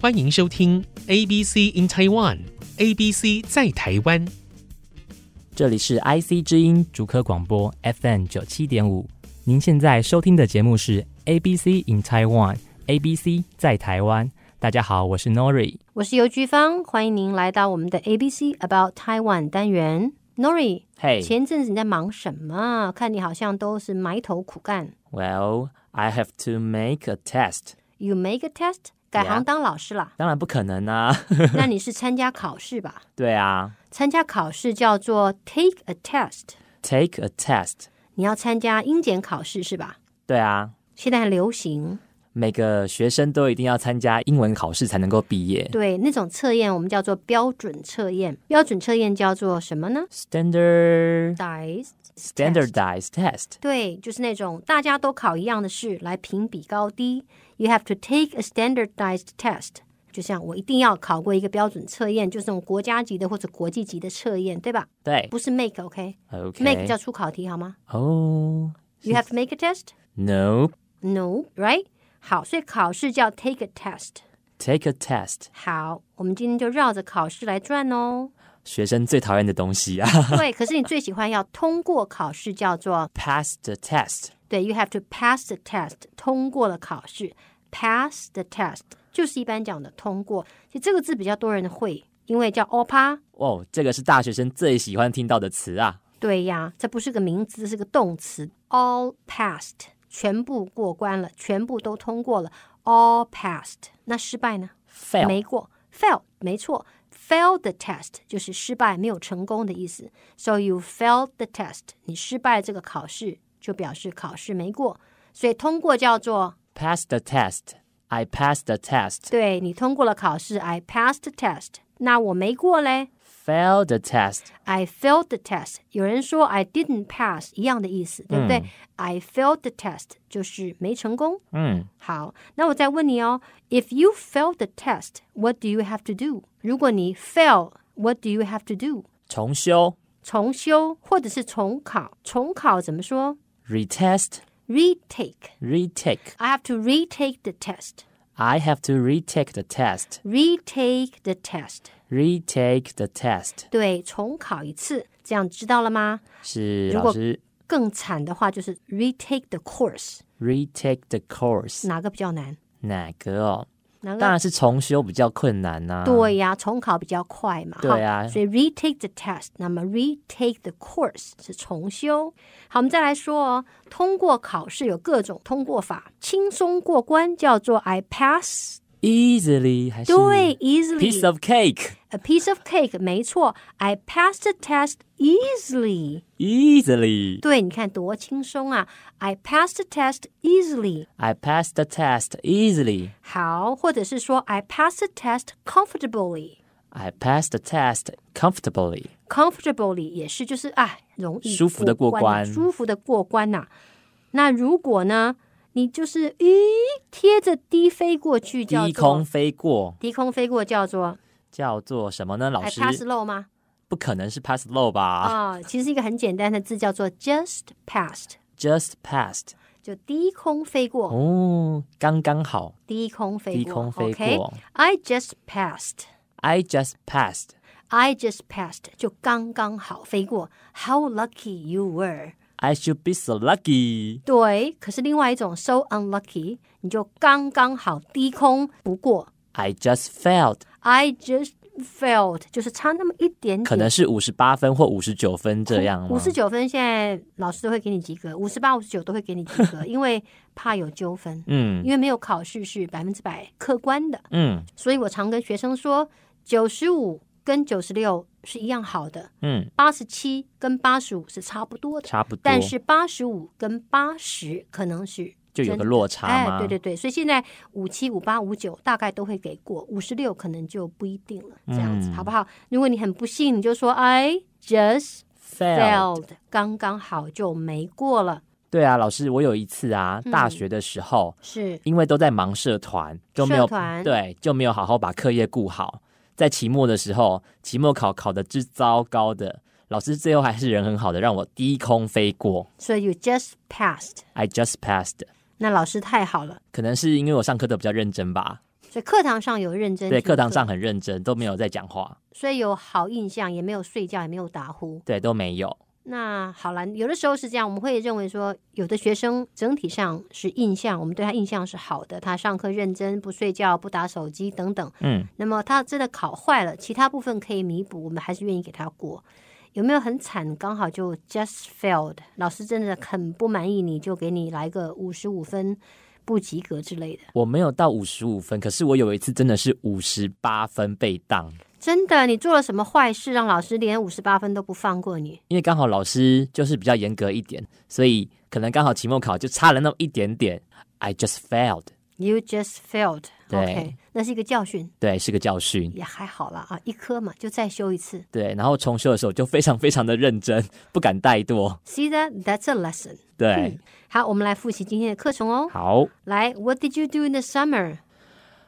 欢迎收听 ABC in Taiwan ABC 在台湾。这里是 IC 之音主科广播 FM 九七点五，您现在收听的节目是 ABC in Taiwan ABC 在台湾。大家好，我是 Nori。我是邮局方，欢迎您来到我们的 ABC About Taiwan 单元。Nori， Hey, 前阵子你在忙什么？看你好像都是埋头苦干。 well, I have to make a test。 You make a test，改 Yeah。行当老师啦当然不可能啊，那你是参加考试吧？对啊参加考试叫做 take a test。 ，take a test，你要参加英检考试是吧？对啊，现在很流行，每个学生都一定要参加英文考试才能够毕业。对那种测验我们叫做标准测验。标准测验叫做什么呢 Standard ？Dice。 standardized test，对，就是那种大家都考一样的试来评比高低。You have to take a standardized test。就像我一定要考过一个标准测验，就是那种国家级的或者国际级的测验，对吧？对不是 make，OK？Make、 ，OK，叫出考题好吗哦、 ？You have to make a test？No, n o right？好，所以考试叫 take a test。 take a test，好，我们今天就绕着考试来转哦。学生最讨厌的东西啊 对，可是你最喜欢要通过考试叫做，pass the test，对，you have to pass the test，通过了考试，pass the test 就是一般讲的通过。其实这个字比较多人会，因为叫 OPA。哦，这个是大学生最喜欢听到的词啊。对呀，这不是个名词，是个动词。All passed，全部过关了，全部都通过了。All passed，那失败呢？ fail 没过，fail，没错，fail the test 就是失败，没有成功的意思。So you failed the test，你失败了这个考试，就表示考试没过。所以通过叫做 pass the test, I pass the test, 对你通过了考试，I passed the test。那我没过嘞 fail the test， ，I failed the test。有人说 I didn't pass，一样的意思，对不对、i failed the test 就是没成功。嗯，好，那我再问你哦，If you fail the test，what do you have to do？如果你 fail，what do you have to do？重修重修或者是重考，重考怎么说 retest ？Retake。 retake, I have to retake the test. I have to retake the test, Retake the test. retake the test 对，重考一次，这样知道了吗？是如老果师更惨的话就是 retake the course， retake the course 哪个比较难？哪个哦？哪当个？然是重修比较困难啊呐、对呀、重考比较快嘛，对啊哈所以 retake the test，那么 retake the course 是重修。好，我们再来说哦，通过考试有各种通过法，轻松过关叫做 I pass， ，easily 还是对，easily piece of cake a piece of cake，没错，I passed the test easily。 easily。对，你看多轻松啊！I passed the test easily。 I passed the test easily. 好，或者是说 I passed the test comfortably。 I passed the test comfortably. comfortably 也是就是啊，容易舒服地过关舒服的过关呐、那如果呢，你就是咦贴着低飞过去，叫做低空飞过低空飞过叫做叫做什么呢？老 I 师 pass low 吗？不可能是 pass low 吧、啊、其实一个很简单的字叫做 just passed， j u s t passed. 就低空飞过，哦，刚刚好，低空飞过，低空飞 OK，过。 I just passed。 I just passed. I just passed 就刚刚好飞过，How lucky you were！ I should be so lucky. 对，可是另外一种 so unlucky，你就刚刚好低空不过。 I just failed. I just failed，就是差那么一点点。可能是五十八分或五十九分这样吗？五十九分，现在老师都会给你及格，五十八、五十九都会给你及格，因为怕有纠纷，嗯因为没有考试是百分之百客观的。嗯所以我常跟学生说，九十五跟九十六是一样好的，嗯，八十七跟八十五是差不多的，差不多。但是八十五跟八十可能是就有真个的落差吗？哎，对对对，所以现在五七、五八、五九大概都会给过，五十六可能就不一定了，这样子、嗯好不好？如果你很不幸，你就说 I just failed. failed，刚刚好就没过了，对啊，老师，我有一次啊，嗯大学的时候，是因为都在忙社团，就没有社团对，就没有好好把课业顾好。在期末的时候，期末考考的之糟糕的，老师最后还是人很好的，让我低空飞过所以 you just passed。 ，I just passed。那老师太好了，可能是因为我上课都比较认真吧，所以课堂上有认真，对，课堂上，很认真，都没有在讲话，所以有好印象，也没有睡觉，也没有打呼。对，都没有。那好了，有的时候是这样，我们会认为说，有的学生整体上是印象，我们对他印象是好的，他上课认真，不睡觉，不打手机等等。嗯，那么他真的考坏了，其他部分可以弥补，我们还是愿意给他过。有没有很惨？刚好就 just failed，老师真的很不满意你，就给你来个五十五分不及格之类的。我没有到五十五分，可是我有一次真的是五十八分被当，真的，你做了什么坏事，让老师连五十八分都不放过你？因为刚好老师就是比较严格一点，所以可能刚好期末考就差了那么一点点。I just failed， You just failed。对 OK，那是一个教训，对，是个教训。也还好啦啊，一科嘛，就再修一次。对，然后重修的时候就非常非常的认真，不敢怠惰。 See that? That's a lesson. 对，好，我们来复习今天的课程哦。好来，What did you do in the summer?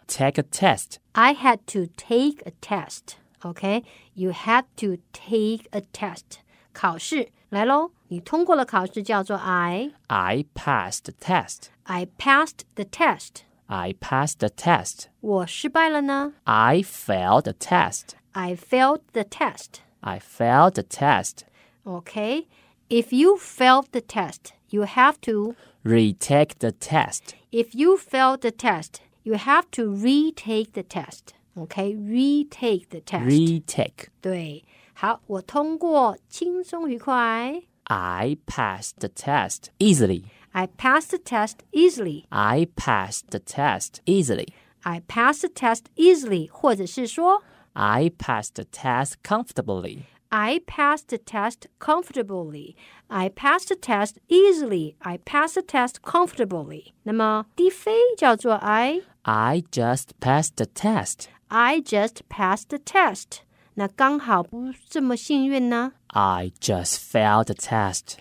，take a test， I had to take a test. OK, you had to take a test. 考试来喽，你通过了考试，叫做 I. I passed the test. I passed the test. I passed the test. 我失败了呢 I failed the test. I failed the test. I failed the test. OK, if you failed the test, you have to. Retake the test. If you failed the test, you have to retake the test. OK, retake the test. Retake. 对，好，我通过，轻松愉快。 I passed the test easily. I passed the test easily. I passed the test easily. I passed the test easily，或者是说 I passed the test comfortably. I passed the test comfortably. I passed the test easily. I passed the test comfortably. 那么低飞叫做 I。 I just passed the test. I just passed the test. 那刚好不这么幸运呢。 I just failed the test.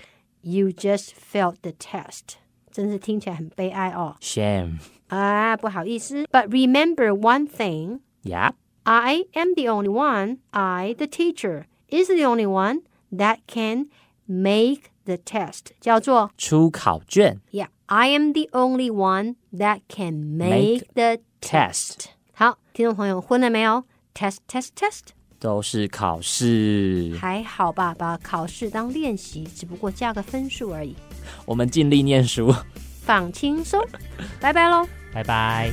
You just failed the test. 真是听起来很悲哀哦。 Shame. 啊，不好意思。But remember one thing. Yeah. I am the only one. I, the teacher, is the only one that can make the test. 叫做出考卷 Yeah, I am the only one that can make, Make the test. test. 好，听众朋友混了没有？Test, test, test. 都是考试，还好吧，把考试当练习，只不过加个分数而已，我们尽力念书。放轻松。拜拜喽。拜拜。